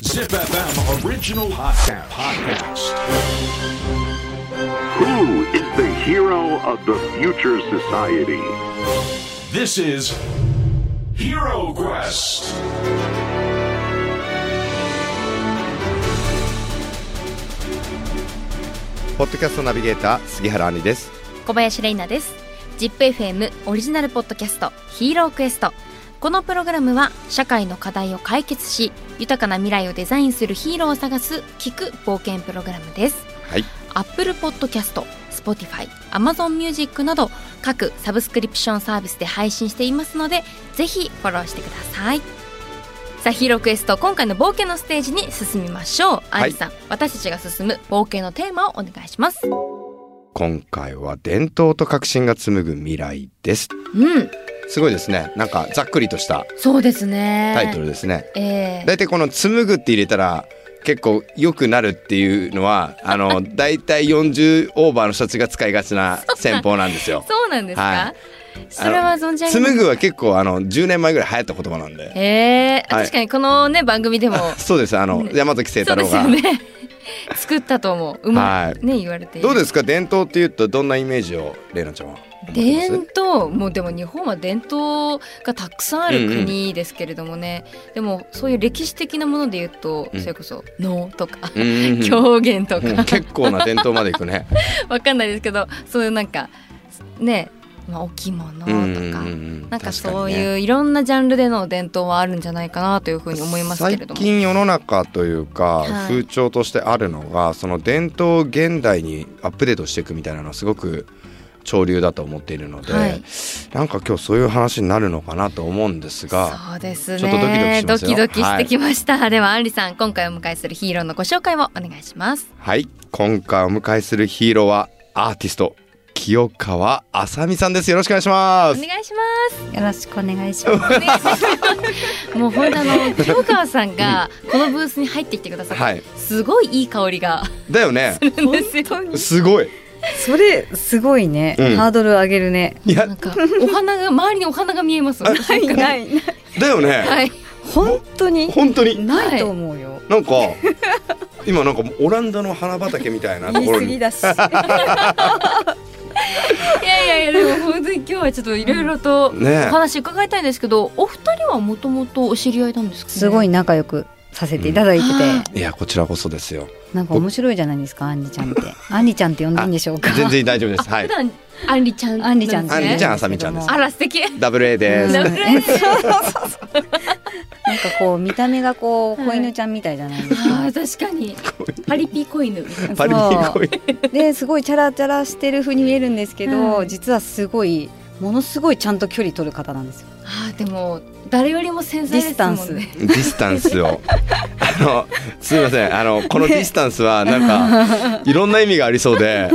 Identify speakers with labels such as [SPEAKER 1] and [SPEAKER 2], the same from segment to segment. [SPEAKER 1] ZipFM Original Podcast. Podcast.
[SPEAKER 2] Who is the hero of the future society?
[SPEAKER 1] This is Hero Quest.
[SPEAKER 3] ポッドキャストナビゲーター杉原兄です。
[SPEAKER 4] 小林玲奈です。ZIPFM オリジナルポッドキャストヒーロークエスト。このプログラムは社会の課題を解決し、豊かな未来をデザインするヒーローを探す聞く冒険プログラムです。
[SPEAKER 3] はい。
[SPEAKER 4] Apple Podcast、Spotify、Amazon Music など各サブスクリプションサービスで配信していますので、ぜひフォローしてください。さあ、ヒーロークエスト、今回の冒険のステージに進みましょう。
[SPEAKER 3] い
[SPEAKER 4] アイさん、私たちが進む冒険のテーマをお願いします。
[SPEAKER 3] 今回は伝統と革新が紡ぐ未来です。
[SPEAKER 4] うん、
[SPEAKER 3] すごいですね。なんかざっくりとした
[SPEAKER 4] そうですね。
[SPEAKER 3] タイトルですね。
[SPEAKER 4] ええ
[SPEAKER 3] だいたいこの紡ぐって入れたら結構良くなるっていうのはあ のだいたい40オーバーの人たちが使いがちな戦法なんですよ。
[SPEAKER 4] そうなんですか、
[SPEAKER 3] は
[SPEAKER 4] それは存じ上げま
[SPEAKER 3] 紡ぐは結構あの10年前ぐらい流行った言葉なんで。
[SPEAKER 4] ええ
[SPEAKER 3] はい
[SPEAKER 4] 確かにこのね番組 でも
[SPEAKER 3] そうです。あの山崎清
[SPEAKER 4] そ
[SPEAKER 3] 太郎
[SPEAKER 4] うですよ
[SPEAKER 3] が。
[SPEAKER 4] ね 作ったと思ううま
[SPEAKER 3] はい
[SPEAKER 4] いね言われている
[SPEAKER 3] どうですか伝統っていうとどんなイメージを玲奈ちゃんは持ってます
[SPEAKER 4] 伝統もうでも日本は伝統がたくさんある国ですけれどもね、でもそういう歴史的なもので言うと、
[SPEAKER 3] うん
[SPEAKER 4] それこそ能とか、
[SPEAKER 3] うんうんうん
[SPEAKER 4] 狂言とか、
[SPEAKER 3] うん結構な伝統までいくね。
[SPEAKER 4] わかんないですけどそういうなんかね、まあ、置物とか、なんかそういうういろんなジャンルでの伝統はあるんじゃないかなというふうに思いますけれ
[SPEAKER 3] 最
[SPEAKER 4] ども。
[SPEAKER 3] 近世の中というか
[SPEAKER 4] はい
[SPEAKER 3] 風潮としてあるのがその伝統を現代にアップデートしていくみたいなのはすごく潮流だと思っているので
[SPEAKER 4] はい
[SPEAKER 3] なんか今日そういう話になるのかなと思うんですが
[SPEAKER 4] そうです
[SPEAKER 3] ちょっとドキドキしま
[SPEAKER 4] ね。ド
[SPEAKER 3] すよ
[SPEAKER 4] キドキしてきました。ではアンリさん、今回お迎えするヒーローのご紹介をお願いします。
[SPEAKER 3] はい今回お迎えするヒーローはアーティスト清川あさみさんですよろしくお願いしま
[SPEAKER 4] お
[SPEAKER 3] す
[SPEAKER 4] 願いします。
[SPEAKER 5] よろしくお願いしま す。
[SPEAKER 4] もう本当あの京川さんがこのブースに入ってきてくださって、
[SPEAKER 3] はい
[SPEAKER 4] すごいいい香りが
[SPEAKER 3] だよね
[SPEAKER 4] するんですよ。
[SPEAKER 3] すごい
[SPEAKER 5] それすごいね、
[SPEAKER 3] うん
[SPEAKER 5] ハードル上げるね。
[SPEAKER 3] いや
[SPEAKER 4] なんかお花が周りにお花が見え ます。はい
[SPEAKER 5] ないないない。
[SPEAKER 3] だよね
[SPEAKER 4] はい。
[SPEAKER 5] 本当に
[SPEAKER 3] 本当に
[SPEAKER 5] ないと思うよ。
[SPEAKER 3] なんか今なんかオランダの花畑みたいなと
[SPEAKER 5] 言い
[SPEAKER 3] ころ
[SPEAKER 5] 過
[SPEAKER 3] に
[SPEAKER 5] ぎだし。はい
[SPEAKER 4] やいやいやでも本当に今日はちょっといろいろとお
[SPEAKER 3] ね
[SPEAKER 4] 話伺いたいんですけど、お二人はもともとお知り合いなんですか、ね。
[SPEAKER 5] すごい仲良くさせていただいてて、
[SPEAKER 4] うん
[SPEAKER 3] いやこちらこそですよ
[SPEAKER 5] なんか面白いじゃないですか、アンリちゃんって。 アンリちゃんって呼んでいいんでしょうか。
[SPEAKER 3] 全然大丈夫ですはい
[SPEAKER 4] 普段アンリちゃん
[SPEAKER 5] アンリちゃんって
[SPEAKER 3] ア
[SPEAKER 5] 呼
[SPEAKER 3] ン
[SPEAKER 5] でいい
[SPEAKER 3] リちゃ
[SPEAKER 5] ですけど
[SPEAKER 3] ん
[SPEAKER 5] も
[SPEAKER 3] あさみちゃんです
[SPEAKER 4] あら素敵。
[SPEAKER 3] ダブル A で
[SPEAKER 5] うん
[SPEAKER 3] す
[SPEAKER 4] ダブル A
[SPEAKER 5] なんかこう見た目がこう
[SPEAKER 4] はい
[SPEAKER 5] 子犬ちゃんみたいじゃないです
[SPEAKER 4] あ
[SPEAKER 5] か。
[SPEAKER 4] ー確かにパリピ子犬みたい な
[SPEAKER 3] パリピ
[SPEAKER 5] そう
[SPEAKER 3] 恋
[SPEAKER 5] ですごいチャラチャラしてる風に見えるんですけど、
[SPEAKER 4] はい
[SPEAKER 5] 実はすごいものすごいちゃんと距離取る方なんですよ。
[SPEAKER 4] あーでも誰よりも繊細ですもん
[SPEAKER 5] ディ
[SPEAKER 4] ね
[SPEAKER 3] ディスタンスをあのすいませんあのこのディスタンスは なんかいろんな意味がありそうで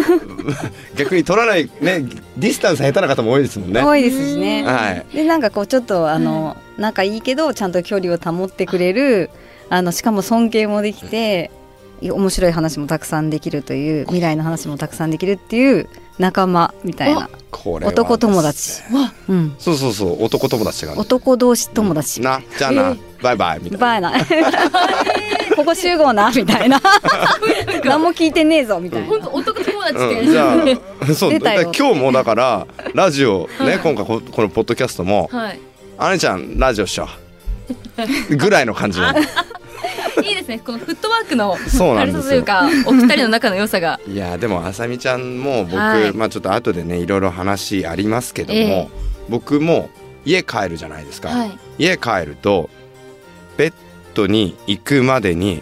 [SPEAKER 3] 逆に取らないねディスタンス下手な方も多いですもんね
[SPEAKER 5] 多いですしね。
[SPEAKER 3] はい
[SPEAKER 5] でなんかこうちょっとあの、仲いいけどちゃんと距離を保ってくれるあのしかも尊敬もできてい面白い話もたくさんできるという未来の話もたくさんできるっていう仲間みたいな、
[SPEAKER 3] これは
[SPEAKER 5] 男友達
[SPEAKER 3] ですね
[SPEAKER 5] うん、
[SPEAKER 3] そうそうそう男友達が
[SPEAKER 5] 男同士友達、
[SPEAKER 3] なじゃあなバイバイみたいな
[SPEAKER 5] バーな ここ集合なみたいな何も聞いてねえぞみたいな
[SPEAKER 4] 本当男友達って、
[SPEAKER 3] うん、じゃあそう
[SPEAKER 5] 出
[SPEAKER 3] だ
[SPEAKER 5] た
[SPEAKER 3] から
[SPEAKER 5] よ
[SPEAKER 3] 今日もだからラジオね今回ここのポッドキャストも
[SPEAKER 4] はい
[SPEAKER 3] 「あねちゃんラジオっしょ」 ぐらいの感じの
[SPEAKER 4] いいですねこのフットワークの
[SPEAKER 3] そうなん
[SPEAKER 4] 軽
[SPEAKER 3] で
[SPEAKER 4] さ
[SPEAKER 3] す
[SPEAKER 4] とい
[SPEAKER 3] よ
[SPEAKER 4] う。かお二人の仲の良さが
[SPEAKER 3] いやでもあさみちゃんも僕、
[SPEAKER 4] はい
[SPEAKER 3] まあちょっと後でねいろいろ話ありますけども、
[SPEAKER 4] ええ
[SPEAKER 3] 僕も家帰るじゃないですか、
[SPEAKER 4] はい
[SPEAKER 3] 家帰るとベッドに行くまでに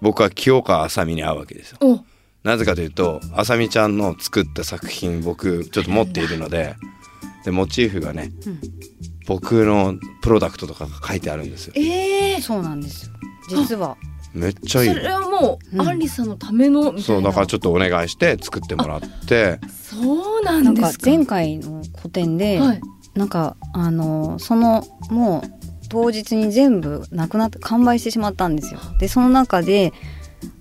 [SPEAKER 3] 僕は清川あさみに会うわけですよ
[SPEAKER 4] お
[SPEAKER 3] なぜかというとあさみちゃんの作った作品僕ちょっと持っているのででモチーフがね、
[SPEAKER 5] うん
[SPEAKER 3] 僕のプロダクトとかが書いてあるんですよ
[SPEAKER 4] ええ
[SPEAKER 5] そうなんですよ実は
[SPEAKER 3] めっちゃ
[SPEAKER 4] そ
[SPEAKER 3] いい
[SPEAKER 4] れはもう、
[SPEAKER 5] うん
[SPEAKER 4] アンリさんのためのみたいな
[SPEAKER 3] そうだからちょっとお願いして作ってもら って
[SPEAKER 4] そうな
[SPEAKER 5] なんん
[SPEAKER 4] で
[SPEAKER 5] か
[SPEAKER 4] すか
[SPEAKER 5] 前回の個展で、
[SPEAKER 4] はい
[SPEAKER 5] なんかあのそのもう当日に全部なくなって完売してしまったんですよ。でその中で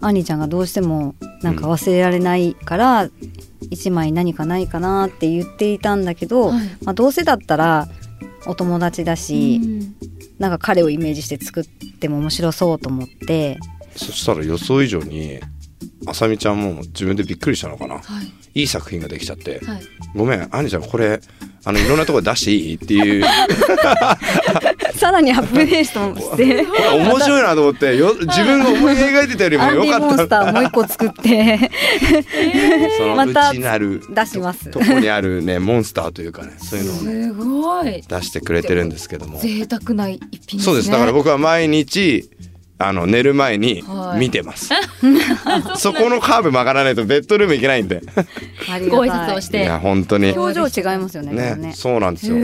[SPEAKER 5] アニちゃんがどうしてもなんか忘れられないから一枚何かないかなって言っていたんだけど、
[SPEAKER 4] はい
[SPEAKER 5] まあ、どうせだったらお友達だし、
[SPEAKER 4] うん
[SPEAKER 5] なんか彼をイメージして作っっても面白そうと思って
[SPEAKER 3] そしたら予想以上にあさみちゃんも自分でびっくりしたのかな
[SPEAKER 4] はい
[SPEAKER 3] いい作品ができちゃって
[SPEAKER 4] はい
[SPEAKER 3] 「ごめん兄ちゃんこれあのいろんなところ出していい?」って いう
[SPEAKER 5] さらにアップデートもして
[SPEAKER 3] これ面白いなと思ってよ自分が思い描いてたよりも
[SPEAKER 5] アンデ
[SPEAKER 3] よ
[SPEAKER 5] ィモ
[SPEAKER 3] かっ
[SPEAKER 5] ンスターもう一個作って
[SPEAKER 3] たその
[SPEAKER 5] ま
[SPEAKER 3] う
[SPEAKER 5] た
[SPEAKER 3] ちなる
[SPEAKER 5] 出します
[SPEAKER 3] ととこにあるねモンスターというかねそういうのをね
[SPEAKER 4] すごい
[SPEAKER 3] 出してくれてるんですけども
[SPEAKER 4] 贅沢な一品ですね
[SPEAKER 3] そうですだから僕は毎日あの寝る前に
[SPEAKER 4] はい
[SPEAKER 3] 見てます、 そこのカーブ曲がらないとベッドルーム行けないんで
[SPEAKER 5] ありが
[SPEAKER 4] ご
[SPEAKER 5] たい
[SPEAKER 4] 挨拶をし
[SPEAKER 3] い
[SPEAKER 4] て
[SPEAKER 3] や本当に
[SPEAKER 5] 表情違いますよねでも
[SPEAKER 3] ね
[SPEAKER 5] ね
[SPEAKER 3] そうなんですよ
[SPEAKER 4] へ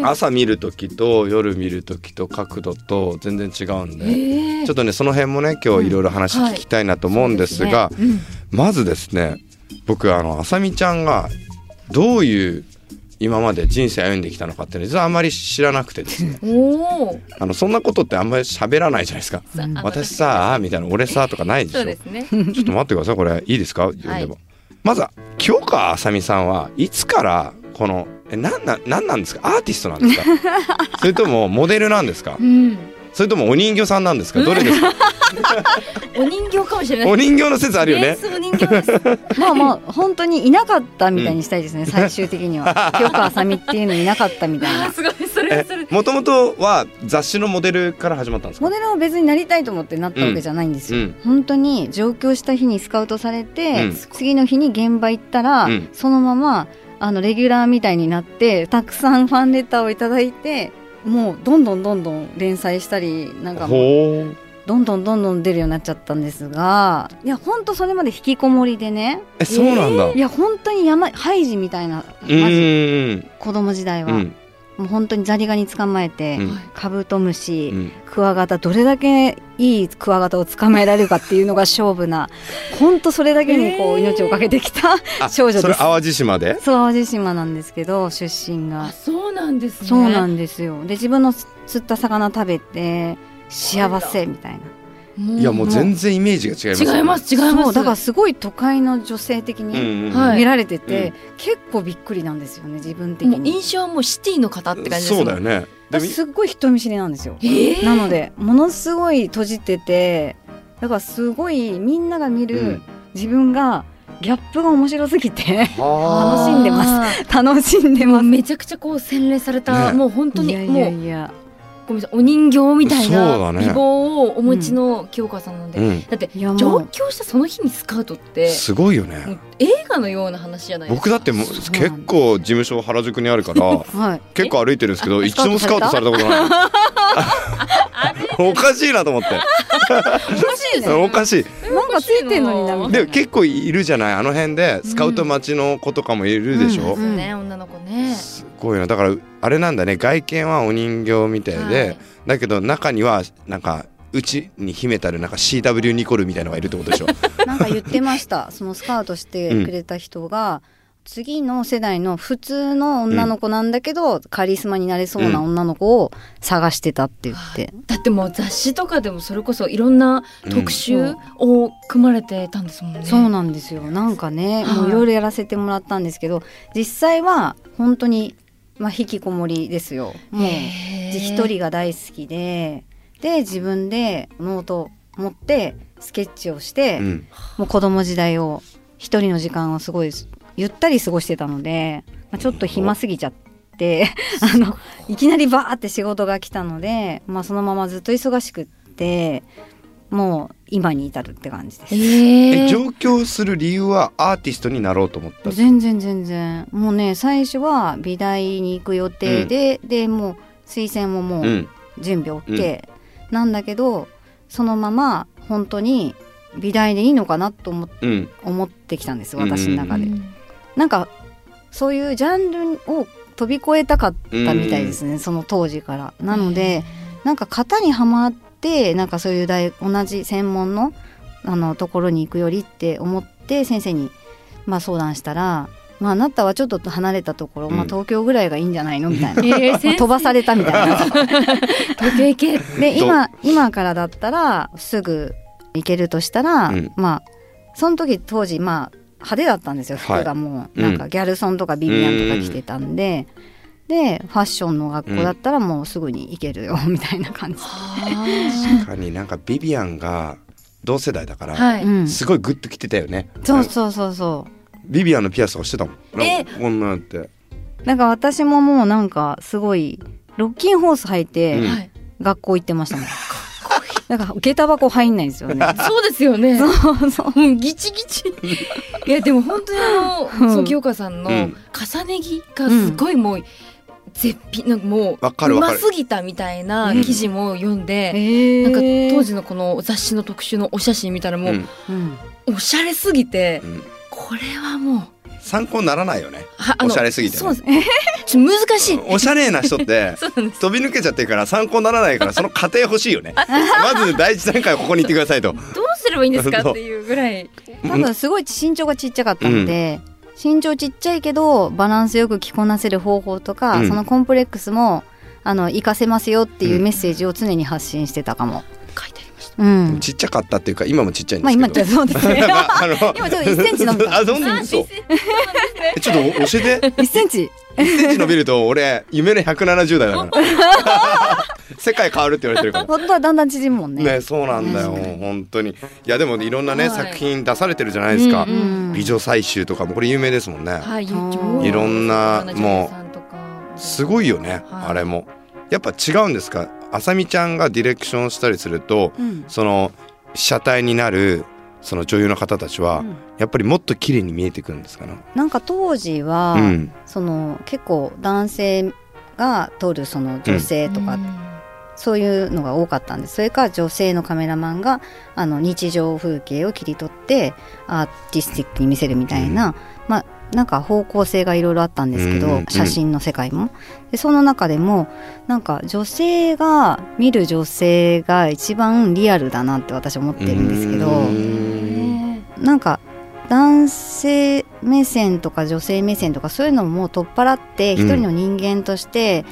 [SPEAKER 4] え
[SPEAKER 3] 朝見る時と夜見る時と角度と全然違うんでちょっとねその辺もね今日いろいろ話聞きたいなと思うんですが、まずですね僕あのあさみちゃんがどういう今まで人生歩んできたのかっていうのは実はあんまり知らなくてですね
[SPEAKER 4] おお
[SPEAKER 3] あのそんなことってあんまり喋らないじゃないですか
[SPEAKER 4] うん
[SPEAKER 3] 私さあみたいな俺さとかないでし
[SPEAKER 4] そう
[SPEAKER 3] ょ
[SPEAKER 4] ですね
[SPEAKER 3] ちょっと待ってくださいこれいいですか読んでも、まずは清川あさみさんはいつからこのえなんななんなんですかアーティストなんですかそれともモデルなんですか
[SPEAKER 4] うん
[SPEAKER 3] それともお人形さんなんですかどれですか
[SPEAKER 4] お人形かもしれない
[SPEAKER 3] お人形の説あるよ
[SPEAKER 4] ベー
[SPEAKER 3] ね
[SPEAKER 4] スお人形です
[SPEAKER 5] まあまあ本当にいなかったみたいにしたいですね、最終的に は清川あさみっていうのいなかったみたい
[SPEAKER 4] あ
[SPEAKER 5] な
[SPEAKER 4] ーすごいそれはそれで
[SPEAKER 3] もともとは雑誌のモデルから始まったんです
[SPEAKER 5] モ
[SPEAKER 3] か
[SPEAKER 5] デルは別になりたいと思ってなったわけじゃないんですよ、
[SPEAKER 3] うん
[SPEAKER 5] 本当に上京した日にスカウトされて、
[SPEAKER 3] うん
[SPEAKER 5] 次の日に現場行ったら、
[SPEAKER 3] うん
[SPEAKER 5] そのままあのレギュラーみたいになってたくさんファンレターをいただいてもうどんどんどんどん連載したりなんかもう
[SPEAKER 3] ほう
[SPEAKER 5] どんどんどんどん出るようになっちゃったんですがいや本当それまで引きこもりでね
[SPEAKER 3] えそうなんだ、
[SPEAKER 5] いや本当に山ハイジみたいな
[SPEAKER 3] う
[SPEAKER 5] まず
[SPEAKER 3] ーん
[SPEAKER 5] 子供時代は、
[SPEAKER 3] うん
[SPEAKER 5] もう本当にザリガニ捕まえて、
[SPEAKER 3] うん
[SPEAKER 5] カブトムシ、
[SPEAKER 3] うん
[SPEAKER 5] クワガタどれだけいいクワガタを捕まえられるかっていうのが勝負な本当それだけにこう命をかけてきた、
[SPEAKER 3] あ
[SPEAKER 5] 少女です
[SPEAKER 3] それ淡路島で
[SPEAKER 5] そう淡路島なんですけど出身
[SPEAKER 4] あ
[SPEAKER 5] が
[SPEAKER 4] そうなんですね
[SPEAKER 5] そうなんんですよで自分の釣った魚食べて幸せみたいな
[SPEAKER 3] いやもう全然イメージが違いますよね
[SPEAKER 4] 違います違います
[SPEAKER 5] そうだからすごい都会の女性
[SPEAKER 3] う
[SPEAKER 5] 的
[SPEAKER 3] ん
[SPEAKER 5] に
[SPEAKER 3] うんうん
[SPEAKER 4] はい
[SPEAKER 5] 見られてて、結構びっくりなんですよね自分的
[SPEAKER 4] もう
[SPEAKER 5] に
[SPEAKER 4] 印象はもうシティの方って感じです
[SPEAKER 3] そうだ
[SPEAKER 4] よ
[SPEAKER 3] よねでも
[SPEAKER 5] 私すっごい人見知りなんですよ
[SPEAKER 4] ええ
[SPEAKER 5] なのでものすごい閉じててだからすごいみんなが見る、
[SPEAKER 3] うん
[SPEAKER 5] 自分がギャップが面白すぎて
[SPEAKER 3] は
[SPEAKER 5] 楽しんでます楽しんで
[SPEAKER 4] もう
[SPEAKER 5] ます。
[SPEAKER 4] めちゃくちゃこう洗練された、
[SPEAKER 3] ね
[SPEAKER 4] もう本当に
[SPEAKER 5] いやいや
[SPEAKER 4] もう
[SPEAKER 5] いや
[SPEAKER 4] ごめんなさいお人形みたい
[SPEAKER 3] そうだ
[SPEAKER 4] な
[SPEAKER 3] ね
[SPEAKER 4] 美貌をお持ちの清川さんなので、
[SPEAKER 3] あうん
[SPEAKER 4] だって
[SPEAKER 5] いやも
[SPEAKER 4] 上
[SPEAKER 5] う
[SPEAKER 4] 京したその日にスカウトって
[SPEAKER 3] すごいよ
[SPEAKER 4] も
[SPEAKER 3] ね
[SPEAKER 4] う映画のような話じゃないですか
[SPEAKER 3] 僕だってもう
[SPEAKER 5] そうなんだ
[SPEAKER 3] 結構事務所原宿にあるから
[SPEAKER 5] はい
[SPEAKER 3] 結構歩いてるんですけど
[SPEAKER 5] え
[SPEAKER 3] 一度もスカウトされたことないおかしいなと思って
[SPEAKER 5] 楽しい
[SPEAKER 3] おかしい
[SPEAKER 5] なんかついてんのになみたい
[SPEAKER 3] で
[SPEAKER 5] な
[SPEAKER 3] 結構いるじゃないあの辺でスカウト待ちの子とかもいるでしょ、
[SPEAKER 5] うん
[SPEAKER 4] そうね女の子ね
[SPEAKER 3] すごいなだからあれなんだね外見はお人形みたいで、
[SPEAKER 4] はい
[SPEAKER 3] だけど中にはなんかうちに秘めたるなんか CW ニコルみたいのがいるってことでしょ
[SPEAKER 5] なんか言って ましたそのスカウトしてくれた人が、次の世代の普通の女の子なんだけど、カリスマになれそうな女の子を探してたって言って、
[SPEAKER 4] だってもう雑誌とかでもそれこそいろんな特集を組まれてたんですもんね、
[SPEAKER 5] そうなんですよなんかね
[SPEAKER 4] はい
[SPEAKER 5] もういろいろやらせてもらったんですけど実際は本当にまあ引きこもりですよもう
[SPEAKER 4] へー
[SPEAKER 5] 一人が大好きでで自分でノート持ってスケッチをして、
[SPEAKER 3] うん
[SPEAKER 5] もう子供時代を一人の時間をすごいゆったり過ごしてたので、まあ、ちょっと暇すぎちゃって、あのいきなりバーって仕事が来たので、まあ、そのままずっと忙しくってもう今に至るって感じです。
[SPEAKER 4] へ
[SPEAKER 3] え
[SPEAKER 4] え
[SPEAKER 3] 上京する理由はアーティストになろうと思った
[SPEAKER 5] 全然全然もうね最初は美大に行く予定で、でもう推薦もも
[SPEAKER 3] う
[SPEAKER 5] うん準備 OK、なんだけどそのまま本当に美大でいいのかなと思
[SPEAKER 3] うん
[SPEAKER 5] 思ってきたんです私の中で、
[SPEAKER 4] うん
[SPEAKER 5] なんかそういうジャンルを飛び越えたかったみたいですね、その当時からなので、なんか型にはまってなんかそういう大同じ専門のあのところに行くよりって思って先生に、まあ、相談したら、まあ、あなたはちょっと離れたところ、ま
[SPEAKER 3] う
[SPEAKER 5] あ、
[SPEAKER 3] ん
[SPEAKER 5] 東京ぐらいがいいんじゃないのみたいな、
[SPEAKER 4] えー、
[SPEAKER 5] まあ
[SPEAKER 4] 先
[SPEAKER 5] 飛ばされたみたいな
[SPEAKER 4] 東京 行け
[SPEAKER 5] で
[SPEAKER 3] ど
[SPEAKER 5] 今今からだったらすぐ行けるとしたら、
[SPEAKER 3] うん
[SPEAKER 5] まあその時当時まあ派手だったんですよ
[SPEAKER 3] はい
[SPEAKER 5] 服がも
[SPEAKER 3] う
[SPEAKER 5] う、
[SPEAKER 3] ん
[SPEAKER 5] なんかギャルソンとかビビアンとか着てたんで、でファッションの学校だったらもうすぐに行けるよ みたいな感じ、
[SPEAKER 4] は
[SPEAKER 3] 確かになんかビビアンが同世代だから、
[SPEAKER 4] あはい、
[SPEAKER 5] うん
[SPEAKER 3] すごいグッときてたよね
[SPEAKER 5] そうそうそうそう
[SPEAKER 3] ビビアンのピアスとかしてたもん
[SPEAKER 4] え
[SPEAKER 3] こんなんて
[SPEAKER 5] なんか私ももうなんかすごいロッキンホース履い
[SPEAKER 3] うん
[SPEAKER 5] て
[SPEAKER 4] はい
[SPEAKER 5] 学校行ってましたもん、なんか下駄箱入んないんですよ ね
[SPEAKER 4] そうですよね
[SPEAKER 5] そうそう
[SPEAKER 4] うんギチギ チいやでも本当にあ
[SPEAKER 5] うん
[SPEAKER 4] のそう清川さんの
[SPEAKER 3] うん
[SPEAKER 4] 重ね着がすごいもう絶品なんかもう
[SPEAKER 3] わかる
[SPEAKER 4] う
[SPEAKER 3] わか
[SPEAKER 4] ま
[SPEAKER 3] る
[SPEAKER 4] すぎたみたいな記事も読んで、
[SPEAKER 5] え
[SPEAKER 4] なんか当、時のこの雑誌の特集のお写真見たらも
[SPEAKER 3] う
[SPEAKER 4] うん
[SPEAKER 5] うん、
[SPEAKER 4] おしゃれすぎて、
[SPEAKER 3] うん
[SPEAKER 4] これはもう
[SPEAKER 3] 参考にならないよね
[SPEAKER 4] は
[SPEAKER 3] おしゃれすぎてね
[SPEAKER 4] そうです ちょっと難しい
[SPEAKER 3] おしゃれな人っ て
[SPEAKER 4] そうなんで
[SPEAKER 3] 飛び抜けちゃってるから参考にならないからその過程欲しいよねまず第一段階はここに行ってくださいと
[SPEAKER 4] すどうすればいいんですかっていうぐらい
[SPEAKER 5] 多分すごい身長がちっちゃかったんで、身長ちっちゃいけどバランスよく着こなせる方法とか、
[SPEAKER 3] うん
[SPEAKER 5] そのコンプレックスもあの活かせますよっていううんメッセージを常に発信してたかも。
[SPEAKER 4] 書いてありました
[SPEAKER 5] うん。
[SPEAKER 3] ちっちゃかったっていうか今もちっちゃいん
[SPEAKER 5] ま
[SPEAKER 3] で
[SPEAKER 5] あ
[SPEAKER 3] すけど。
[SPEAKER 5] 今ちょっとそうですね
[SPEAKER 3] まああの
[SPEAKER 5] 今ちょっと1センチ伸びた
[SPEAKER 3] あどんどんそうえちょっと教えて
[SPEAKER 5] 1センチ。
[SPEAKER 3] 1センチ伸びると俺夢の170代だから世界変わるって言われてるから
[SPEAKER 5] 本当はだんだん縮むもんね。
[SPEAKER 3] ね、そうなんだよ、本当に。いや、でも、いろんなね、
[SPEAKER 4] はい
[SPEAKER 3] 作品出されてるじゃないですか
[SPEAKER 5] う。ん。
[SPEAKER 3] 美女採集とかも、これ有名ですもんね。
[SPEAKER 4] はい、
[SPEAKER 5] うん
[SPEAKER 3] いろんなもう
[SPEAKER 4] う
[SPEAKER 3] すごいよね、
[SPEAKER 4] はい
[SPEAKER 3] あれも。やっぱ違うんですか。あさみちゃんがディレクションしたりすると、
[SPEAKER 5] うん。
[SPEAKER 3] その被写体になる。その女優の方たちは、
[SPEAKER 5] うん
[SPEAKER 3] やっぱりもっと綺麗に見えてくるんですかね。
[SPEAKER 5] なんか当時は、
[SPEAKER 3] うん、
[SPEAKER 5] その結構男性が撮るその女性とか、そういうのが多かったんですそれから女性のカメラマンがあの日常風景を切り取ってアーティスティックに見せるみたいな、まあなんか方向性がいろいろあったんですけ
[SPEAKER 3] うん
[SPEAKER 5] ど、
[SPEAKER 3] うん
[SPEAKER 5] 写真の世界もでその中でもなんか女性が見る女性が一番リアルだなって私は思ってるんですけど、
[SPEAKER 3] うん
[SPEAKER 5] なんか男性目線とか女性目線とかそういうのももう取っ払って
[SPEAKER 3] うん
[SPEAKER 5] 一人の人間として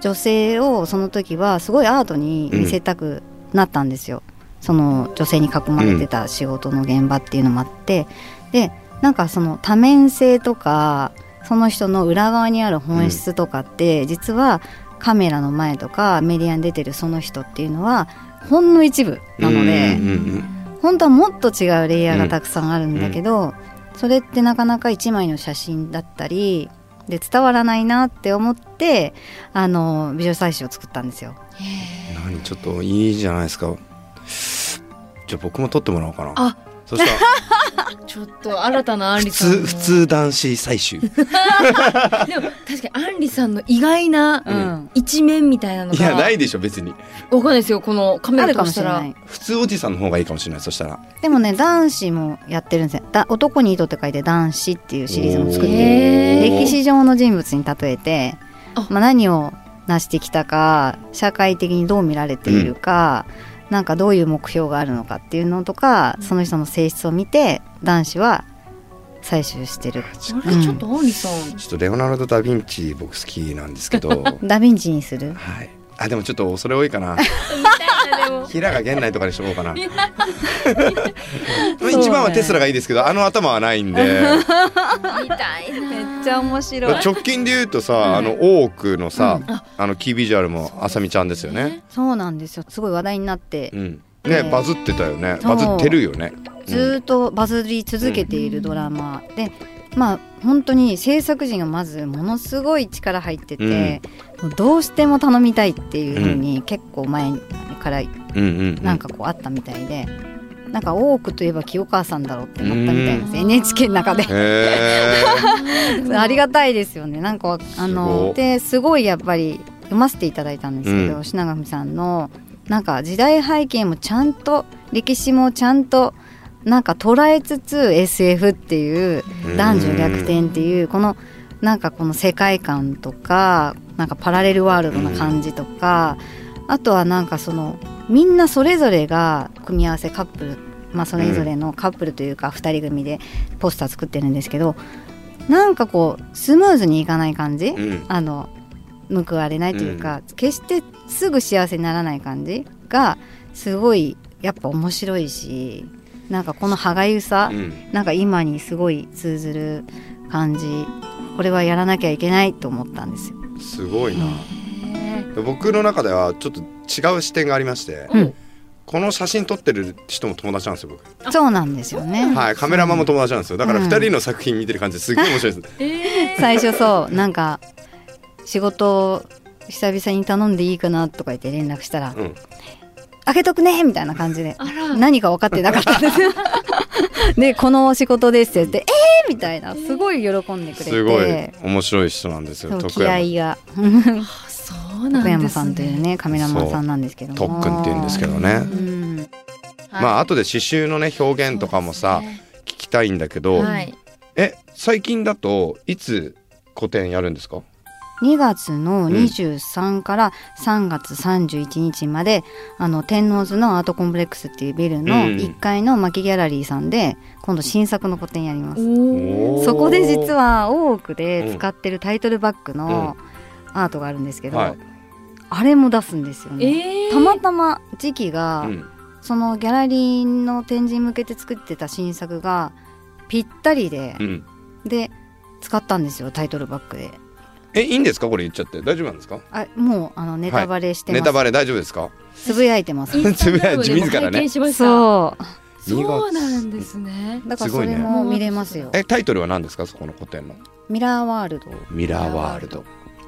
[SPEAKER 5] 女性をその時はすごいアートに見せたくなったんですよ、その女性に囲まれてた仕事の現場っていうのもあってでなんかその多面性とかその人の裏側にある本質とかって、実はカメラの前とかメディアに出てるその人っていうのはほんの一部なので。
[SPEAKER 3] うんうん
[SPEAKER 5] 本当はもっと違うレイヤーがたくさんあるんだけど、それってなかなか1枚の写真だったりで伝わらないなって思ってあの美女採集を作ったんですよ。
[SPEAKER 3] 何ちょっといいじゃないですか。じゃあ僕も撮ってもらおうかな。
[SPEAKER 4] あ
[SPEAKER 3] そ したら
[SPEAKER 4] ちょっと新たなアン
[SPEAKER 3] 普
[SPEAKER 4] リさんの
[SPEAKER 3] 通普通男子採集
[SPEAKER 4] でも確かにアンリさんの意外な
[SPEAKER 5] うん
[SPEAKER 4] 一面みたいなのが
[SPEAKER 3] いやないでしょ別に
[SPEAKER 4] わかんないですよこのカメ
[SPEAKER 5] あ
[SPEAKER 4] ラ
[SPEAKER 5] るか
[SPEAKER 4] 通し
[SPEAKER 5] もしたれ
[SPEAKER 4] ら
[SPEAKER 5] ない
[SPEAKER 3] 普通おじさんの方がいいかもしれないそしたら
[SPEAKER 5] でもね男子もやってるんですよだ男に糸って書いて男子っていうシリーズも作
[SPEAKER 4] る
[SPEAKER 5] って
[SPEAKER 4] へ
[SPEAKER 5] る
[SPEAKER 4] ー
[SPEAKER 5] 歴史上の人物に例えて
[SPEAKER 4] あ、
[SPEAKER 5] まあ、何を成してきたか社会的にどう見られているか、なんかどういう目標があるのかっていうのとかその人の性質を見て男子は採集してる
[SPEAKER 4] あれちょっとアンリさん、
[SPEAKER 3] ちょっとレオナルド・ダ・ヴィンチ僕好きなんですけ どは
[SPEAKER 5] ダヴィンチにする
[SPEAKER 3] いあでもちょっと恐れ多いかな
[SPEAKER 4] みたいなでも
[SPEAKER 3] 平賀源内とかにしとこうかな
[SPEAKER 5] そうね
[SPEAKER 3] 一番はテスラがいいですけどあの頭はないんで
[SPEAKER 4] みたいな
[SPEAKER 5] ちゃ面白
[SPEAKER 3] 直近で言うとさあのオークのさ、あのキービジュアルもあさみちゃんですよね
[SPEAKER 5] そうなんですよすごい話題になって、
[SPEAKER 3] うん
[SPEAKER 5] え
[SPEAKER 3] ね
[SPEAKER 5] え
[SPEAKER 3] バズってたよね
[SPEAKER 5] そ
[SPEAKER 3] バ
[SPEAKER 5] う
[SPEAKER 3] ズってるよね
[SPEAKER 5] ずーっとバズり続けているドラマで、まあ本当に制作陣がまずものすごい力入ってて、もうどうしても頼みたいっていうふうに結構前から
[SPEAKER 3] うんうんうん
[SPEAKER 5] なんかこうあったみたいで、なんか多くといえば清川さんだろうって思ったみたいです、NHK の中で
[SPEAKER 3] へ
[SPEAKER 5] ありがたいですよねなんかわあ
[SPEAKER 3] すご
[SPEAKER 5] の
[SPEAKER 3] い
[SPEAKER 5] ですごいやっぱり読ませていただいたんですけど、
[SPEAKER 3] うん
[SPEAKER 5] 品上さんのなんか時代背景もちゃんと歴史もちゃんとなんか捉えつつ SF っていう
[SPEAKER 3] え
[SPEAKER 5] 男女逆転っていうこのなんかこの世界観とかなんかパラレルワールドな感じとか、あとはなんかそのみんなそれぞれが組み合わせカップル、まあ、それぞれのカップルというか2人組でポスター作ってるんですけどなんかこうスムーズにいかない感じ、
[SPEAKER 3] うん
[SPEAKER 5] あの報われないというか、決してすぐ幸せにならない感じがすごいやっぱ面白いしなんかこの歯がゆさ、
[SPEAKER 3] うん
[SPEAKER 5] なんか今にすごい通ずる感じこれはやらなきゃいけないと思ったんですよ。
[SPEAKER 3] すごいな、
[SPEAKER 4] ね
[SPEAKER 3] 僕の中ではちょっと違う視点がありまして、
[SPEAKER 5] うん
[SPEAKER 3] この写真撮ってる人も友達なんですよ僕、
[SPEAKER 5] そうなんですよね。
[SPEAKER 3] はいカメラマンも友達なんですよだから
[SPEAKER 5] うん
[SPEAKER 3] 2人の作品見てる感じすっごい面白いです、
[SPEAKER 4] え
[SPEAKER 5] 最初そうなんか仕事久々に頼んでいいかなとか言って連絡したら
[SPEAKER 3] うん、
[SPEAKER 5] 「開けとくね!」みたいな感じで
[SPEAKER 4] あら
[SPEAKER 5] 何か分かってなかったんで すよで「このお仕事です」って言って「えー!」みたいなすごい喜んでくれて
[SPEAKER 3] すごい面白い人なんです
[SPEAKER 5] そ
[SPEAKER 3] よ
[SPEAKER 5] う
[SPEAKER 3] 徳
[SPEAKER 5] 気合
[SPEAKER 3] 山
[SPEAKER 5] いが
[SPEAKER 4] あそうなんですね
[SPEAKER 5] 徳山さんというねカメラマンさんなんですけども
[SPEAKER 3] 特訓って言うんですけどね
[SPEAKER 5] うん
[SPEAKER 4] はい
[SPEAKER 3] まああとで刺繍のね表現とかもさ、
[SPEAKER 4] そうですね
[SPEAKER 3] 聞きたいんだけど、
[SPEAKER 4] はい
[SPEAKER 3] え最近だといつ個展やるんですか
[SPEAKER 5] 2月の23から3月31日まで、あの天王洲のアートコンプレックスっていうビルの
[SPEAKER 3] うん
[SPEAKER 5] 1階の巻ギャラリーさんで今度新作の個展やります、
[SPEAKER 3] おー
[SPEAKER 5] そこで実は多くで使ってるタイトルバッグのアートがあるんですけど、
[SPEAKER 3] はい
[SPEAKER 5] あれも出すんですよね、
[SPEAKER 4] えー
[SPEAKER 5] たまたま時期
[SPEAKER 3] う
[SPEAKER 5] が、
[SPEAKER 3] ん、
[SPEAKER 5] そのギャラリーの展示に向けて作ってた新作がぴったりで
[SPEAKER 3] う、ん、
[SPEAKER 5] で使ったんですよタイトルバッグで
[SPEAKER 3] えいいんですかこれ言っちゃって大丈夫なんですか
[SPEAKER 5] あもうあのネタバレしてます、
[SPEAKER 3] ネタバレ大丈夫ですか
[SPEAKER 5] つぶやいてます
[SPEAKER 4] インスタグラムで も
[SPEAKER 3] 自らね
[SPEAKER 4] 拝見しました
[SPEAKER 5] そ
[SPEAKER 4] そうなんですね
[SPEAKER 5] うだから
[SPEAKER 3] すご
[SPEAKER 5] そ
[SPEAKER 3] いね
[SPEAKER 5] れも見れますよ
[SPEAKER 3] えタイトルは何ですかそこの個展の
[SPEAKER 5] ミラーワールド
[SPEAKER 3] ミラーワールド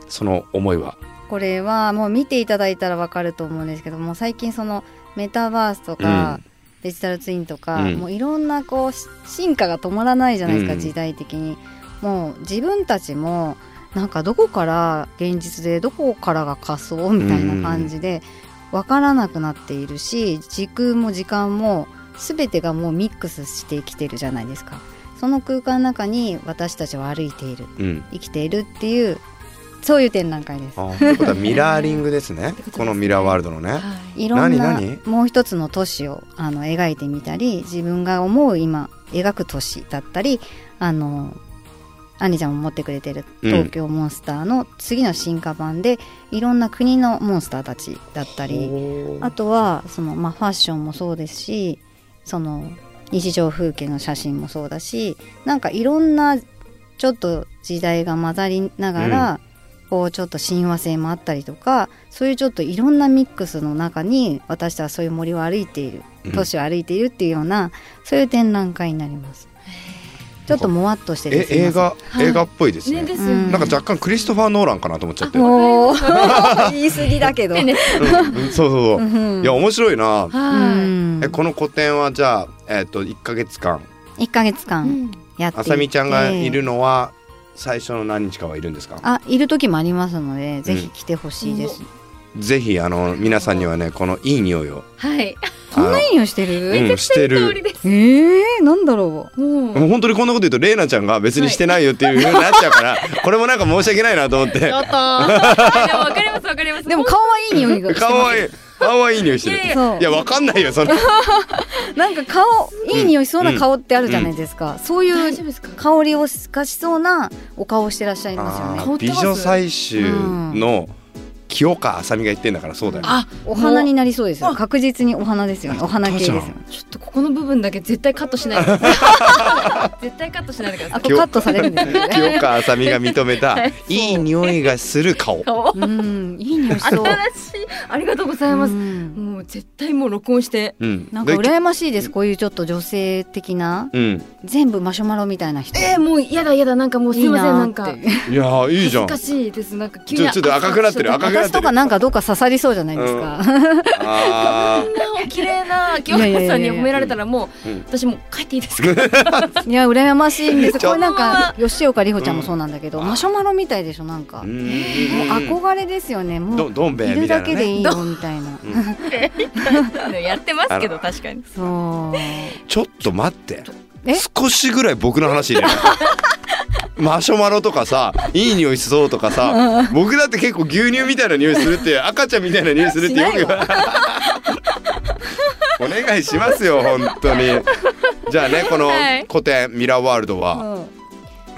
[SPEAKER 3] その思いは
[SPEAKER 5] これはもう見ていただいたらわかると思うんですけども最近そのメタバースとか、デジタルツインとか、
[SPEAKER 3] うん
[SPEAKER 5] もういろんなこうし進化が止まらないじゃないですか、
[SPEAKER 3] うん
[SPEAKER 5] 時代的にもう自分たちもなんかどこから現実でどこからが仮想みたいな感じでわからなくなっているし時空も時間も全てがもうミックスしてきてるじゃないですかその空間の中に私たちは歩いている
[SPEAKER 3] うん
[SPEAKER 5] 生きているっていうそういう展覧会です
[SPEAKER 3] あということはミラーリングですね
[SPEAKER 4] ことですね
[SPEAKER 3] このミラーワールドのね
[SPEAKER 4] はい
[SPEAKER 5] いろんな
[SPEAKER 3] 何何
[SPEAKER 5] もう一つの都市をあの描いてみたり自分が思う今描く都市だったりあの兄ちゃんも持ってくれてる
[SPEAKER 3] うん
[SPEAKER 5] 東京モンスターの次の進化版で、いろんな国のモンスターたちだったりあとはその、まあ、ファッションもそうですしその日常風景の写真もそうだしなんかいろんなちょっと時代が混ざりながら、こうちょっと親和性もあったりとかそういうちょっといろんなミックスの中に私たちはそういう森を歩いている
[SPEAKER 3] うん
[SPEAKER 5] 都市を歩いているっていうような、そういう展覧会になります。ちょっともわっとして
[SPEAKER 3] え
[SPEAKER 5] ですね
[SPEAKER 3] 映画
[SPEAKER 4] い
[SPEAKER 3] 映画っぽいですね
[SPEAKER 4] ねです
[SPEAKER 5] う
[SPEAKER 4] よね
[SPEAKER 5] ん
[SPEAKER 3] なんか若干クリストファー・ノーランかなと思っちゃって、うん
[SPEAKER 5] おー 言い過ぎだけど。
[SPEAKER 4] ね
[SPEAKER 3] うんそうそうそう
[SPEAKER 5] うん
[SPEAKER 3] いや面白いな
[SPEAKER 4] は
[SPEAKER 3] えこの個展はじゃあえっ、と1か月間
[SPEAKER 5] 1か月
[SPEAKER 4] い、う
[SPEAKER 5] 間
[SPEAKER 4] ん
[SPEAKER 5] やってい
[SPEAKER 3] あ
[SPEAKER 5] て
[SPEAKER 3] さみちゃんがいるのは最初の何日かはいるんですか
[SPEAKER 5] あいる時もありますのでぜひ来てほしいです、
[SPEAKER 3] ぜひあの皆さんにはねこのいい匂いを
[SPEAKER 4] はい、
[SPEAKER 5] そんなにいいのしてる、
[SPEAKER 3] あのうんして
[SPEAKER 4] 通
[SPEAKER 3] る
[SPEAKER 4] りです。
[SPEAKER 5] ええー、なんだろう
[SPEAKER 4] もう
[SPEAKER 3] もう本当にこんなこと言うとレイナちゃんが別にしてないよっていう風になっちゃうから、 これもなんか申し訳ないなと思って
[SPEAKER 4] ちょっと。はいでもわかりますわかります。
[SPEAKER 5] でも顔はいい匂いがして
[SPEAKER 3] か
[SPEAKER 5] ます
[SPEAKER 3] わいいかわいい匂いしてる
[SPEAKER 4] いやい
[SPEAKER 5] や
[SPEAKER 3] いやわかんないよその
[SPEAKER 5] なんか顔いい匂いしそうな顔ってあるじゃないですか、そうい
[SPEAKER 4] 大丈夫
[SPEAKER 5] う
[SPEAKER 4] ですか。
[SPEAKER 5] 香りをしかしそうなお顔をしてらっしゃいますよ
[SPEAKER 3] あ
[SPEAKER 5] ね
[SPEAKER 3] ー
[SPEAKER 4] 香って
[SPEAKER 3] 美
[SPEAKER 4] ます
[SPEAKER 3] 女採集の清川あさみが言ってんだからそうだよ、ね、
[SPEAKER 4] あ、
[SPEAKER 5] お花になりそうですよ確実にお花ですよねお花系ですよね
[SPEAKER 4] ちょっとここの部分だけ絶対カットしないでください。 絶対カットしないでくださ
[SPEAKER 5] あ
[SPEAKER 4] い。
[SPEAKER 5] これカットされるんですよね
[SPEAKER 3] 清川あさみが認め たいい匂いがする顔
[SPEAKER 4] 顔。
[SPEAKER 5] うんいい匂いしそ
[SPEAKER 4] 新
[SPEAKER 5] う
[SPEAKER 4] しい。ありがとうございます
[SPEAKER 5] う。ん
[SPEAKER 4] もう絶対もう録音して。
[SPEAKER 3] うん
[SPEAKER 5] なんか
[SPEAKER 3] で
[SPEAKER 5] 羨ましいですこういうちょっと女性的な
[SPEAKER 3] うん
[SPEAKER 5] 全部マシュマロみたいな人、
[SPEAKER 4] えー、もう嫌だ嫌だなんかもうすいませんなんか
[SPEAKER 5] いいなっていう
[SPEAKER 3] いやーいいじゃん
[SPEAKER 4] 難しいですなんか急
[SPEAKER 3] ち
[SPEAKER 4] に
[SPEAKER 3] ょちょっと赤くなってる赤くなってる
[SPEAKER 5] 私とかなんかどうか刺さりそうじゃないですか、
[SPEAKER 3] あー
[SPEAKER 4] あお綺麗な清原さんに褒められたらもう
[SPEAKER 3] うん
[SPEAKER 4] 私もう帰っていいですか。
[SPEAKER 5] いや羨ましいんです
[SPEAKER 3] ちょ
[SPEAKER 5] これなんか吉岡里帆ちゃんもそうなんだけど、マシュマロみたいでしょなんか、
[SPEAKER 3] う
[SPEAKER 5] もうん憧れですよねも
[SPEAKER 3] ど
[SPEAKER 5] う
[SPEAKER 3] どん兵
[SPEAKER 5] い
[SPEAKER 3] 衛み
[SPEAKER 5] る
[SPEAKER 3] たい
[SPEAKER 5] だ
[SPEAKER 3] な
[SPEAKER 5] けで
[SPEAKER 3] ね
[SPEAKER 5] いいよみたいな、
[SPEAKER 4] やってますけど確かに。
[SPEAKER 5] そう
[SPEAKER 3] ちょっと待って
[SPEAKER 5] え
[SPEAKER 3] 少しぐらい僕の話入れない マシュマロとかさいい匂いしそうとかさ僕だって結構牛乳みたいな匂いするって赤ちゃんみたいな匂いするってよく言わお願いしますよ本当にじゃあねこの
[SPEAKER 4] はい
[SPEAKER 3] 古典ミラーワールドは、
[SPEAKER 5] うん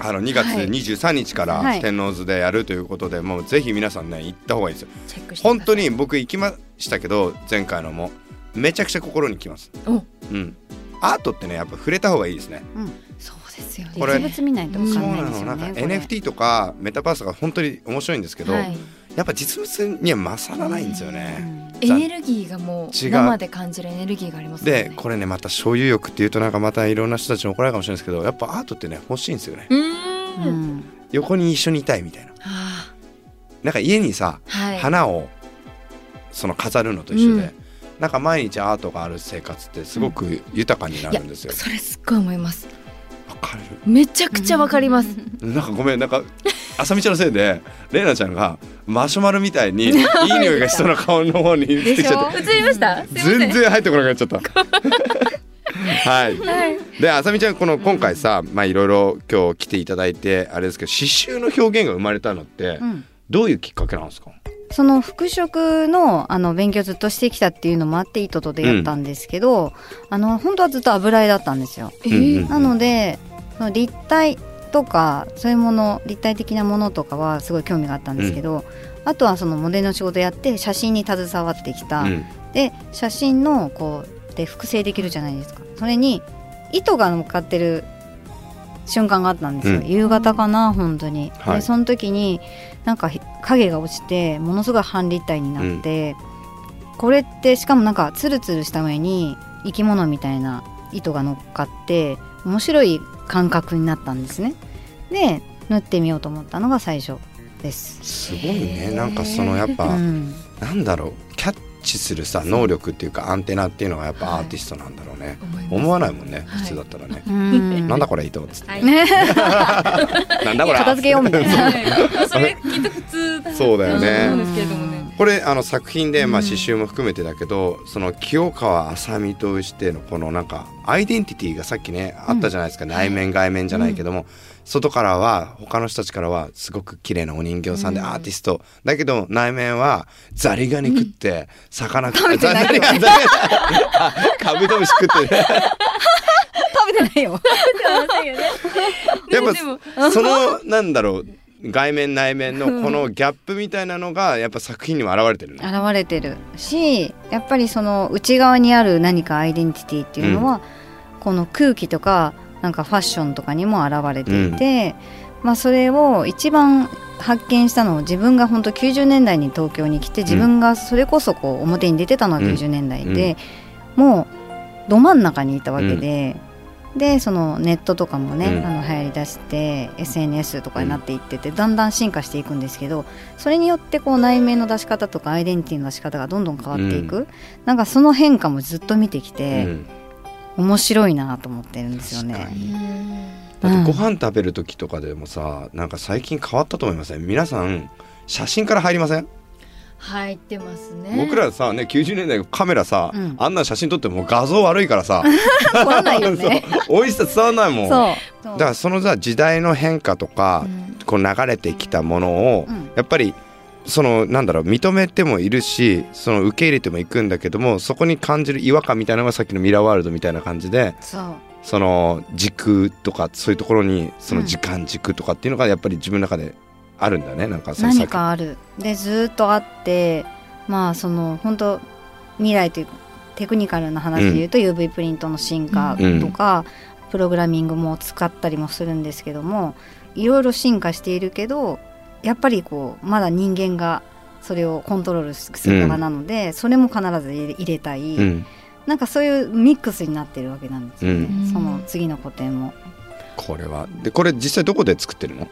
[SPEAKER 3] あの2月
[SPEAKER 4] はい
[SPEAKER 3] 23日から
[SPEAKER 5] はい
[SPEAKER 3] 天王洲でやるということで、もうぜひ皆さんね行った方がいいですよ
[SPEAKER 4] チェックしてくださ
[SPEAKER 3] 本
[SPEAKER 4] い。
[SPEAKER 3] 当に僕行きましたけど前回のもめちゃくちゃ心にきます
[SPEAKER 4] お
[SPEAKER 3] うんアートってねやっぱ触れた方がいいですね。
[SPEAKER 4] そうですよね
[SPEAKER 3] これ
[SPEAKER 5] 実物見ないと分か
[SPEAKER 3] そうん
[SPEAKER 5] な
[SPEAKER 3] ない
[SPEAKER 5] で
[SPEAKER 3] の
[SPEAKER 5] す
[SPEAKER 3] な
[SPEAKER 5] よ
[SPEAKER 3] んか
[SPEAKER 5] ね。これ
[SPEAKER 3] NFT とかメタバースが本当に面白いんですけど、
[SPEAKER 4] はい
[SPEAKER 3] やっぱ実物には勝らないんですよ
[SPEAKER 5] う
[SPEAKER 3] ね。
[SPEAKER 5] ん
[SPEAKER 4] エネルギーがもう
[SPEAKER 3] 違う
[SPEAKER 4] 生で感じるエネルギーがありますよね
[SPEAKER 3] でこれねまた所有欲っていうとなんかまたいろんな人たちに怒られるかもしれないですけどやっぱアートってね欲しいんですよね
[SPEAKER 4] うーん
[SPEAKER 5] う
[SPEAKER 4] は
[SPEAKER 5] ん
[SPEAKER 3] 横に一緒にいたいみたいな
[SPEAKER 4] あ
[SPEAKER 3] なんか家にさ
[SPEAKER 4] はい
[SPEAKER 3] 花をその飾るのと一緒で、
[SPEAKER 4] うん
[SPEAKER 3] なんか毎日アートがある生活ってすごく豊かにない
[SPEAKER 4] や
[SPEAKER 3] るんですよ。
[SPEAKER 4] それすっごい思います
[SPEAKER 3] わかる
[SPEAKER 4] めちゃくちゃわかります
[SPEAKER 3] なんかごめんなんかあさみちゃんのせいでレイナちゃんがマシュマロみたいにいい匂いがしそうな顔の方につけちゃっ
[SPEAKER 4] 映りました
[SPEAKER 3] て
[SPEAKER 4] すいませ
[SPEAKER 3] 全
[SPEAKER 4] ん
[SPEAKER 3] 然入ってこなくなっちゃった。 はい、
[SPEAKER 4] はい
[SPEAKER 3] であさみちゃんこの今回さ、まあいろいろ今日来ていただいてあれですけど刺繍の表現が生まれたのって、
[SPEAKER 5] うん
[SPEAKER 3] どういうきっかけなんですか、
[SPEAKER 5] その服飾のあの勉強ずっとしてきたっていうのもあって糸と出会ったんですけど、あの本当はずっと油絵だったんですよ。
[SPEAKER 4] え
[SPEAKER 3] うんうん
[SPEAKER 5] なのでその立体とかそういうもの立体的なものとかはすごい興味があったんですけど、あとはそのモデルの仕事やって写真に携わってきた、
[SPEAKER 3] うん
[SPEAKER 5] で写真のこうで複製できるじゃないですかそれに糸が乗っかってる瞬間があったんですよ、
[SPEAKER 3] うん
[SPEAKER 5] 夕方かな本当に、
[SPEAKER 3] はい
[SPEAKER 5] でその時になんかひ影が落ちてものすごい半立体になって、これってしかもなんかツルツルした上に生き物みたいな糸が乗っかって面白い感覚になったんですねで縫ってみようと思ったのが最初です、
[SPEAKER 3] すごいねなんかそのやっぱ、
[SPEAKER 5] うん、
[SPEAKER 3] なんだろうキャッチするさ能力っていうかアンテナっていうのがやっぱアーティストなんだろうね、思わないもんね、
[SPEAKER 4] はい
[SPEAKER 3] 普通だったらね、
[SPEAKER 5] うん
[SPEAKER 3] なんだこれ伊藤っつっ
[SPEAKER 4] は
[SPEAKER 3] て、
[SPEAKER 4] い
[SPEAKER 3] なんだこれ
[SPEAKER 5] 片付けよう みたいな
[SPEAKER 4] はい それきっと普通だ
[SPEAKER 3] そうだよね
[SPEAKER 4] と思うんですけれどもね
[SPEAKER 3] これあの作品で、まあ、刺繍も含めてだけど、その清川あさみとしてのこのなんかアイデンティティがさっきねあったじゃないですか、内面外面じゃないけども、外からは他の人たちからはすごく綺麗なお人形さんでアーティスト、だけど内面はザリガニ食って魚食って、ザリガニあカブトムシ食ってね
[SPEAKER 5] 食べてないよ
[SPEAKER 3] やっ
[SPEAKER 4] でも
[SPEAKER 3] ぱそのなんだろう外面内面のこのギャップみたいなのがやっぱ作品にも表れてるね。
[SPEAKER 5] 現れてるしやっぱりその内側にある何かアイデンティティっていうのは、この空気とかなんかファッションとかにも現れていて、まあ、それを一番発見したのを自分が本当90年代に東京に来て自分がそれこそこう表に出てたのは90年代で、もうど真ん中にいたわけで。でそのネットとかもね、
[SPEAKER 3] うん
[SPEAKER 5] あの流行りだして SNS とかになっていってて、だんだん進化していくんですけどそれによってこう内面の出し方とかアイデンティティの出し方がどんどん変わっていく、なんかその変化もずっと見てき
[SPEAKER 3] う
[SPEAKER 5] て、
[SPEAKER 3] ん
[SPEAKER 5] 面白いなと思ってるんですよ
[SPEAKER 3] 確か
[SPEAKER 5] ね。
[SPEAKER 3] に
[SPEAKER 5] うん
[SPEAKER 3] だってご飯食べる時とかでもさなんか最近変わったと思いません皆さん写真から入りません、
[SPEAKER 4] 入ってますね
[SPEAKER 3] 僕らさね90年代カメラさ、
[SPEAKER 5] うん
[SPEAKER 3] あんな写真撮っても画像悪いからさ
[SPEAKER 5] わかんないよね。
[SPEAKER 3] そう美味しさ伝わんないもん
[SPEAKER 5] そう。
[SPEAKER 3] だからそのさ時代の変化とか、
[SPEAKER 4] うん
[SPEAKER 3] こう流れてきたものを、
[SPEAKER 5] うん
[SPEAKER 3] やっぱりそのなんだろう認めてもいるしその受け入れてもいくんだけどもそこに感じる違和感みたいなのがさっきのミラーワールドみたいな感じで
[SPEAKER 5] そう。
[SPEAKER 3] その軸とかそういうところにその
[SPEAKER 5] うん
[SPEAKER 3] 時間軸とかっていうのがやっぱり自分の中であるんだねなんかその
[SPEAKER 5] 何かある。でずーっとあってまあその本当未来というかテクニカルな話で言うと UV プリントの進化とか、プログラミングも使ったりもするんですけどもいろいろ進化しているけどやっぱりこうまだ人間がそれをコントロールする側なので、それも必ず入れ入れたい、
[SPEAKER 3] うん、
[SPEAKER 5] なんかそういうミックスになってるわけなんですよね、
[SPEAKER 4] うん
[SPEAKER 5] その次の個展も。
[SPEAKER 3] これはでこれ実際どこで作ってるの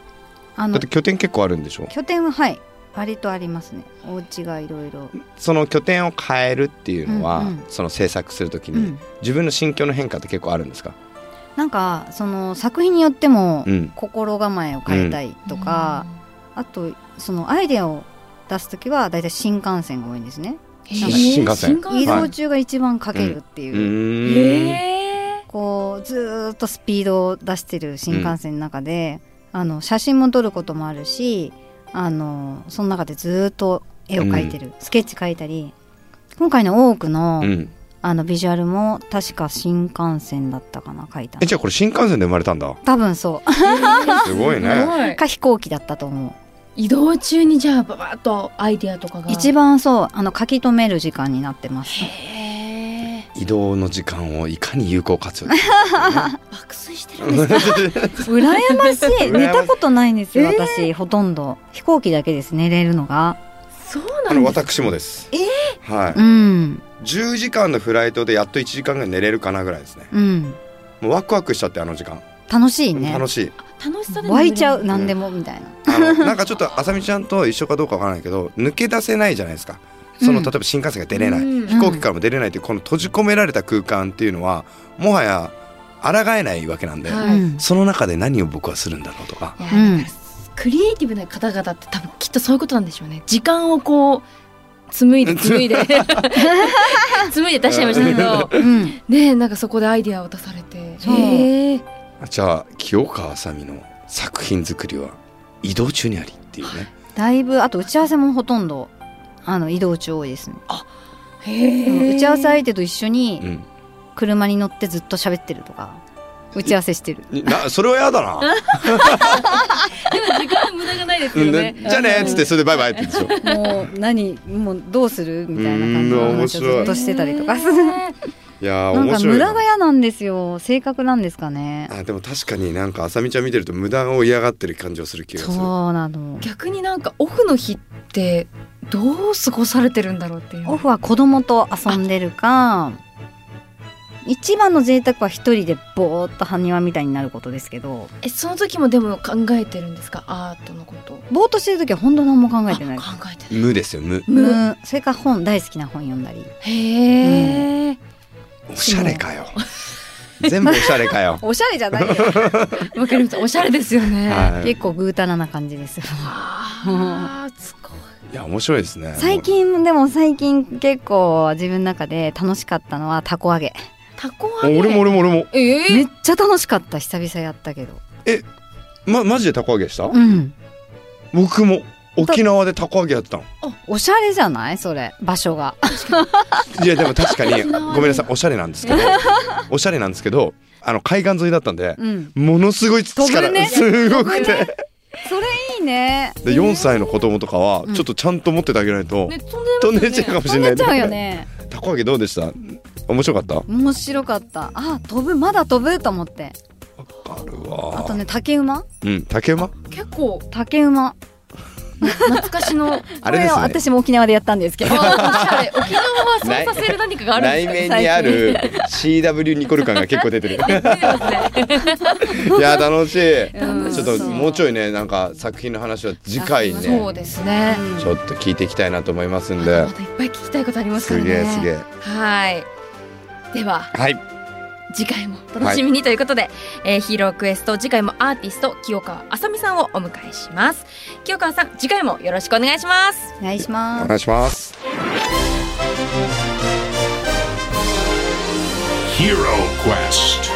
[SPEAKER 5] あ
[SPEAKER 3] だっ
[SPEAKER 5] の
[SPEAKER 3] て拠点結構あるんでしょ
[SPEAKER 5] 拠点ははい割とありますねお家がいろいろ。
[SPEAKER 3] その拠点を変えるっていうのは、
[SPEAKER 5] うんうん
[SPEAKER 3] その制作するとき
[SPEAKER 5] う
[SPEAKER 3] に、
[SPEAKER 5] ん
[SPEAKER 3] 自分の心境の変化って結構あるんですか、
[SPEAKER 5] なんかその作品によっても
[SPEAKER 3] うん
[SPEAKER 5] 心構えを変えたいとか、あとそのアイデアを出す時はだいたい新幹線が多いんですね、
[SPEAKER 4] うん
[SPEAKER 5] なんか
[SPEAKER 3] 新幹線
[SPEAKER 5] 移
[SPEAKER 3] は
[SPEAKER 5] 動
[SPEAKER 3] い
[SPEAKER 5] 中が一番かけるっていうう、
[SPEAKER 4] え
[SPEAKER 3] ーん
[SPEAKER 4] ー
[SPEAKER 5] こうずーっとスピードを出してる新幹線の中で、あの写真も撮ることもあるしあのその中でずーっと絵を描いてる、スケッチ描いたり今回の多くの,、
[SPEAKER 3] うん、
[SPEAKER 5] あのビジュアルも確か新幹線だったかな描いた
[SPEAKER 3] え
[SPEAKER 5] の
[SPEAKER 3] じゃあこれ新幹線で生まれたんだ
[SPEAKER 5] 多分そ
[SPEAKER 3] すごいね
[SPEAKER 5] う か飛行機だったと思う
[SPEAKER 4] 移動中にじゃあババッとアイディアとかが
[SPEAKER 5] 一番そうあの書き留める時間になってます
[SPEAKER 4] へー
[SPEAKER 3] 移動の時間をいかに有効活 用できる
[SPEAKER 4] 爆睡してるん ですか
[SPEAKER 5] 羨ましい
[SPEAKER 3] 羨ましい
[SPEAKER 5] 寝たことないんですよ
[SPEAKER 4] えー
[SPEAKER 5] 私、ほとんど飛行機だけです寝れるのが
[SPEAKER 4] そう
[SPEAKER 3] あ
[SPEAKER 4] な
[SPEAKER 3] の
[SPEAKER 4] んですか
[SPEAKER 3] 私もです。
[SPEAKER 4] え
[SPEAKER 3] は
[SPEAKER 5] う
[SPEAKER 3] い。
[SPEAKER 5] ん
[SPEAKER 3] 10時間のフライトでやっと1時間ぐらい寝れるかなぐらいですね。
[SPEAKER 5] うん
[SPEAKER 3] もうワクワクしちゃってあの時間。
[SPEAKER 5] 楽しいね
[SPEAKER 3] 楽しい。
[SPEAKER 4] 楽しさで
[SPEAKER 5] 湧いちゃう
[SPEAKER 4] な
[SPEAKER 5] 何
[SPEAKER 4] ん
[SPEAKER 5] でもみたいな
[SPEAKER 3] あのなんかちょっ とあさみちゃんと一緒かどうかわからないけど抜け出せないじゃないですか。その
[SPEAKER 5] うん
[SPEAKER 3] 例えば新幹線が出れない、
[SPEAKER 4] うん
[SPEAKER 3] 飛行機からも出れないというこの閉じ込められた空間っていうのはもはや抗えないわけなんで、
[SPEAKER 4] は
[SPEAKER 5] う
[SPEAKER 4] い
[SPEAKER 5] ん
[SPEAKER 3] その中で何を僕はするんだろうとか。
[SPEAKER 4] いや
[SPEAKER 5] うん
[SPEAKER 4] だからクリエイティブな方々って多分きっとそういうことなんでしょうね時間をこう 紡いで紡いで 紡いで出しちゃいましたけど
[SPEAKER 5] うん
[SPEAKER 4] ねえなんかそこでアイディアを出されて
[SPEAKER 5] そう
[SPEAKER 4] へえ
[SPEAKER 3] じゃあ清川あさみの作品作りは移動中にありっていうね。
[SPEAKER 5] だいぶあと打ち合わせもほとんどあの移動中多いですね、
[SPEAKER 4] へえ
[SPEAKER 5] 打ち合わせ相手と一緒に
[SPEAKER 3] うん。
[SPEAKER 5] 車に乗ってずっと喋ってるとか打ち合わせしてる
[SPEAKER 3] なそれはやだ な。
[SPEAKER 4] 時間無駄がないです
[SPEAKER 3] うん
[SPEAKER 4] よね
[SPEAKER 3] ねじゃあねっつってそれでバイバイって言うんですよ。
[SPEAKER 5] もう何もうどうするみたいな感じの話をずっとしてたりとか
[SPEAKER 4] へ
[SPEAKER 3] いやー
[SPEAKER 5] なん
[SPEAKER 3] 面
[SPEAKER 5] か
[SPEAKER 3] 白
[SPEAKER 5] 無
[SPEAKER 3] い
[SPEAKER 5] 駄
[SPEAKER 3] な
[SPEAKER 5] が。嫌なんですよ性格なんですかね
[SPEAKER 3] あでも確かになんかあさみちゃん見てると無駄を嫌がってる感じをする気がする。
[SPEAKER 5] そうなの
[SPEAKER 4] え逆になんかオフの日ってどう過ごされてるんだろうっていう
[SPEAKER 5] オフは子供と遊んでるか一番の贅沢は一人でぼーっと埴輪みたいになることですけど
[SPEAKER 4] えその時もでも考えてるんですかアートのこと
[SPEAKER 5] ぼーっとしてる時は本当何も考えてない
[SPEAKER 4] あ考えてない
[SPEAKER 3] 無ですよ無。
[SPEAKER 4] 無
[SPEAKER 5] うんそれから本大好きな本読んだり。
[SPEAKER 4] へえ
[SPEAKER 3] おしゃれかよ。全部おしゃれかよ
[SPEAKER 5] おしゃれじゃないよ
[SPEAKER 4] わかりましたおしゃれですよね
[SPEAKER 3] はい。
[SPEAKER 5] 結構ぐうたらな感じです
[SPEAKER 4] あーすごい
[SPEAKER 3] いや面白いですね。
[SPEAKER 5] 最近でも最近結構自分の中で楽しかったのはたこ揚げ
[SPEAKER 4] たこ
[SPEAKER 3] も
[SPEAKER 4] 揚
[SPEAKER 3] う。
[SPEAKER 4] げ
[SPEAKER 3] あ俺も俺も俺も。
[SPEAKER 4] え
[SPEAKER 5] め
[SPEAKER 4] え
[SPEAKER 5] っちゃ楽しかった久々やったけど
[SPEAKER 3] まマジでたこ揚げした？
[SPEAKER 5] うん
[SPEAKER 3] 僕も沖縄でたこ揚げやってたの。
[SPEAKER 5] おしゃれじゃないそれ場所が
[SPEAKER 3] いやでも確 かに
[SPEAKER 4] 沖縄で
[SPEAKER 3] ごめんなさいおしゃれなんですけどおしゃれなんですけどあの海岸沿いだったんで
[SPEAKER 5] うん
[SPEAKER 3] ものすごい
[SPEAKER 5] 飛
[SPEAKER 3] 力、
[SPEAKER 5] ぶね
[SPEAKER 3] すごく
[SPEAKER 5] 飛ぶね
[SPEAKER 3] て
[SPEAKER 5] それいいね
[SPEAKER 3] で4歳の子供とかは
[SPEAKER 5] うん
[SPEAKER 3] ちょっとちゃんと持っててあげないと
[SPEAKER 4] ね
[SPEAKER 3] 飛
[SPEAKER 4] 飛
[SPEAKER 3] ん
[SPEAKER 4] ん
[SPEAKER 3] で
[SPEAKER 4] で
[SPEAKER 3] っちゃうかもしれ
[SPEAKER 5] 飛ん
[SPEAKER 3] な
[SPEAKER 5] で
[SPEAKER 3] い
[SPEAKER 5] っちゃうよね
[SPEAKER 3] たこ揚げどうでした面白かったわ
[SPEAKER 5] 面白かったあ飛ぶまだ飛ぶと思って
[SPEAKER 3] かる
[SPEAKER 5] あ
[SPEAKER 3] わ
[SPEAKER 5] とね竹馬
[SPEAKER 3] うん竹馬
[SPEAKER 4] 結構
[SPEAKER 5] 竹馬
[SPEAKER 4] 懐かしの
[SPEAKER 3] あれです
[SPEAKER 5] こは
[SPEAKER 3] ね
[SPEAKER 5] 私も沖縄でやったんですけ ど
[SPEAKER 4] あーおしゃれ沖縄はそうさせる何かがあるんですか
[SPEAKER 5] 面にある
[SPEAKER 3] CW ニコル感が結構出てる
[SPEAKER 4] 最近
[SPEAKER 3] いや楽しい
[SPEAKER 4] 楽
[SPEAKER 3] ち
[SPEAKER 4] し
[SPEAKER 3] ょ
[SPEAKER 4] そ
[SPEAKER 3] っともうち
[SPEAKER 5] ょい
[SPEAKER 3] ょいねなんか作品の話は次回ね
[SPEAKER 4] そうですね
[SPEAKER 3] ちょっと聞いていきたいなと思いますん
[SPEAKER 4] ま
[SPEAKER 3] で
[SPEAKER 4] だまだいっぱい聞きたいことありますか
[SPEAKER 3] す
[SPEAKER 4] ら
[SPEAKER 3] げ
[SPEAKER 4] ね
[SPEAKER 3] えすげえ
[SPEAKER 4] はいでは
[SPEAKER 3] はい
[SPEAKER 4] 次回もお楽しみにということで、えーヒーロークエスト次回もアーティスト清川あさみさんをお迎えします清川さん次回もよろしくお願いします
[SPEAKER 5] お願いしま
[SPEAKER 3] お
[SPEAKER 5] す
[SPEAKER 3] 願いします
[SPEAKER 1] Hero Quest.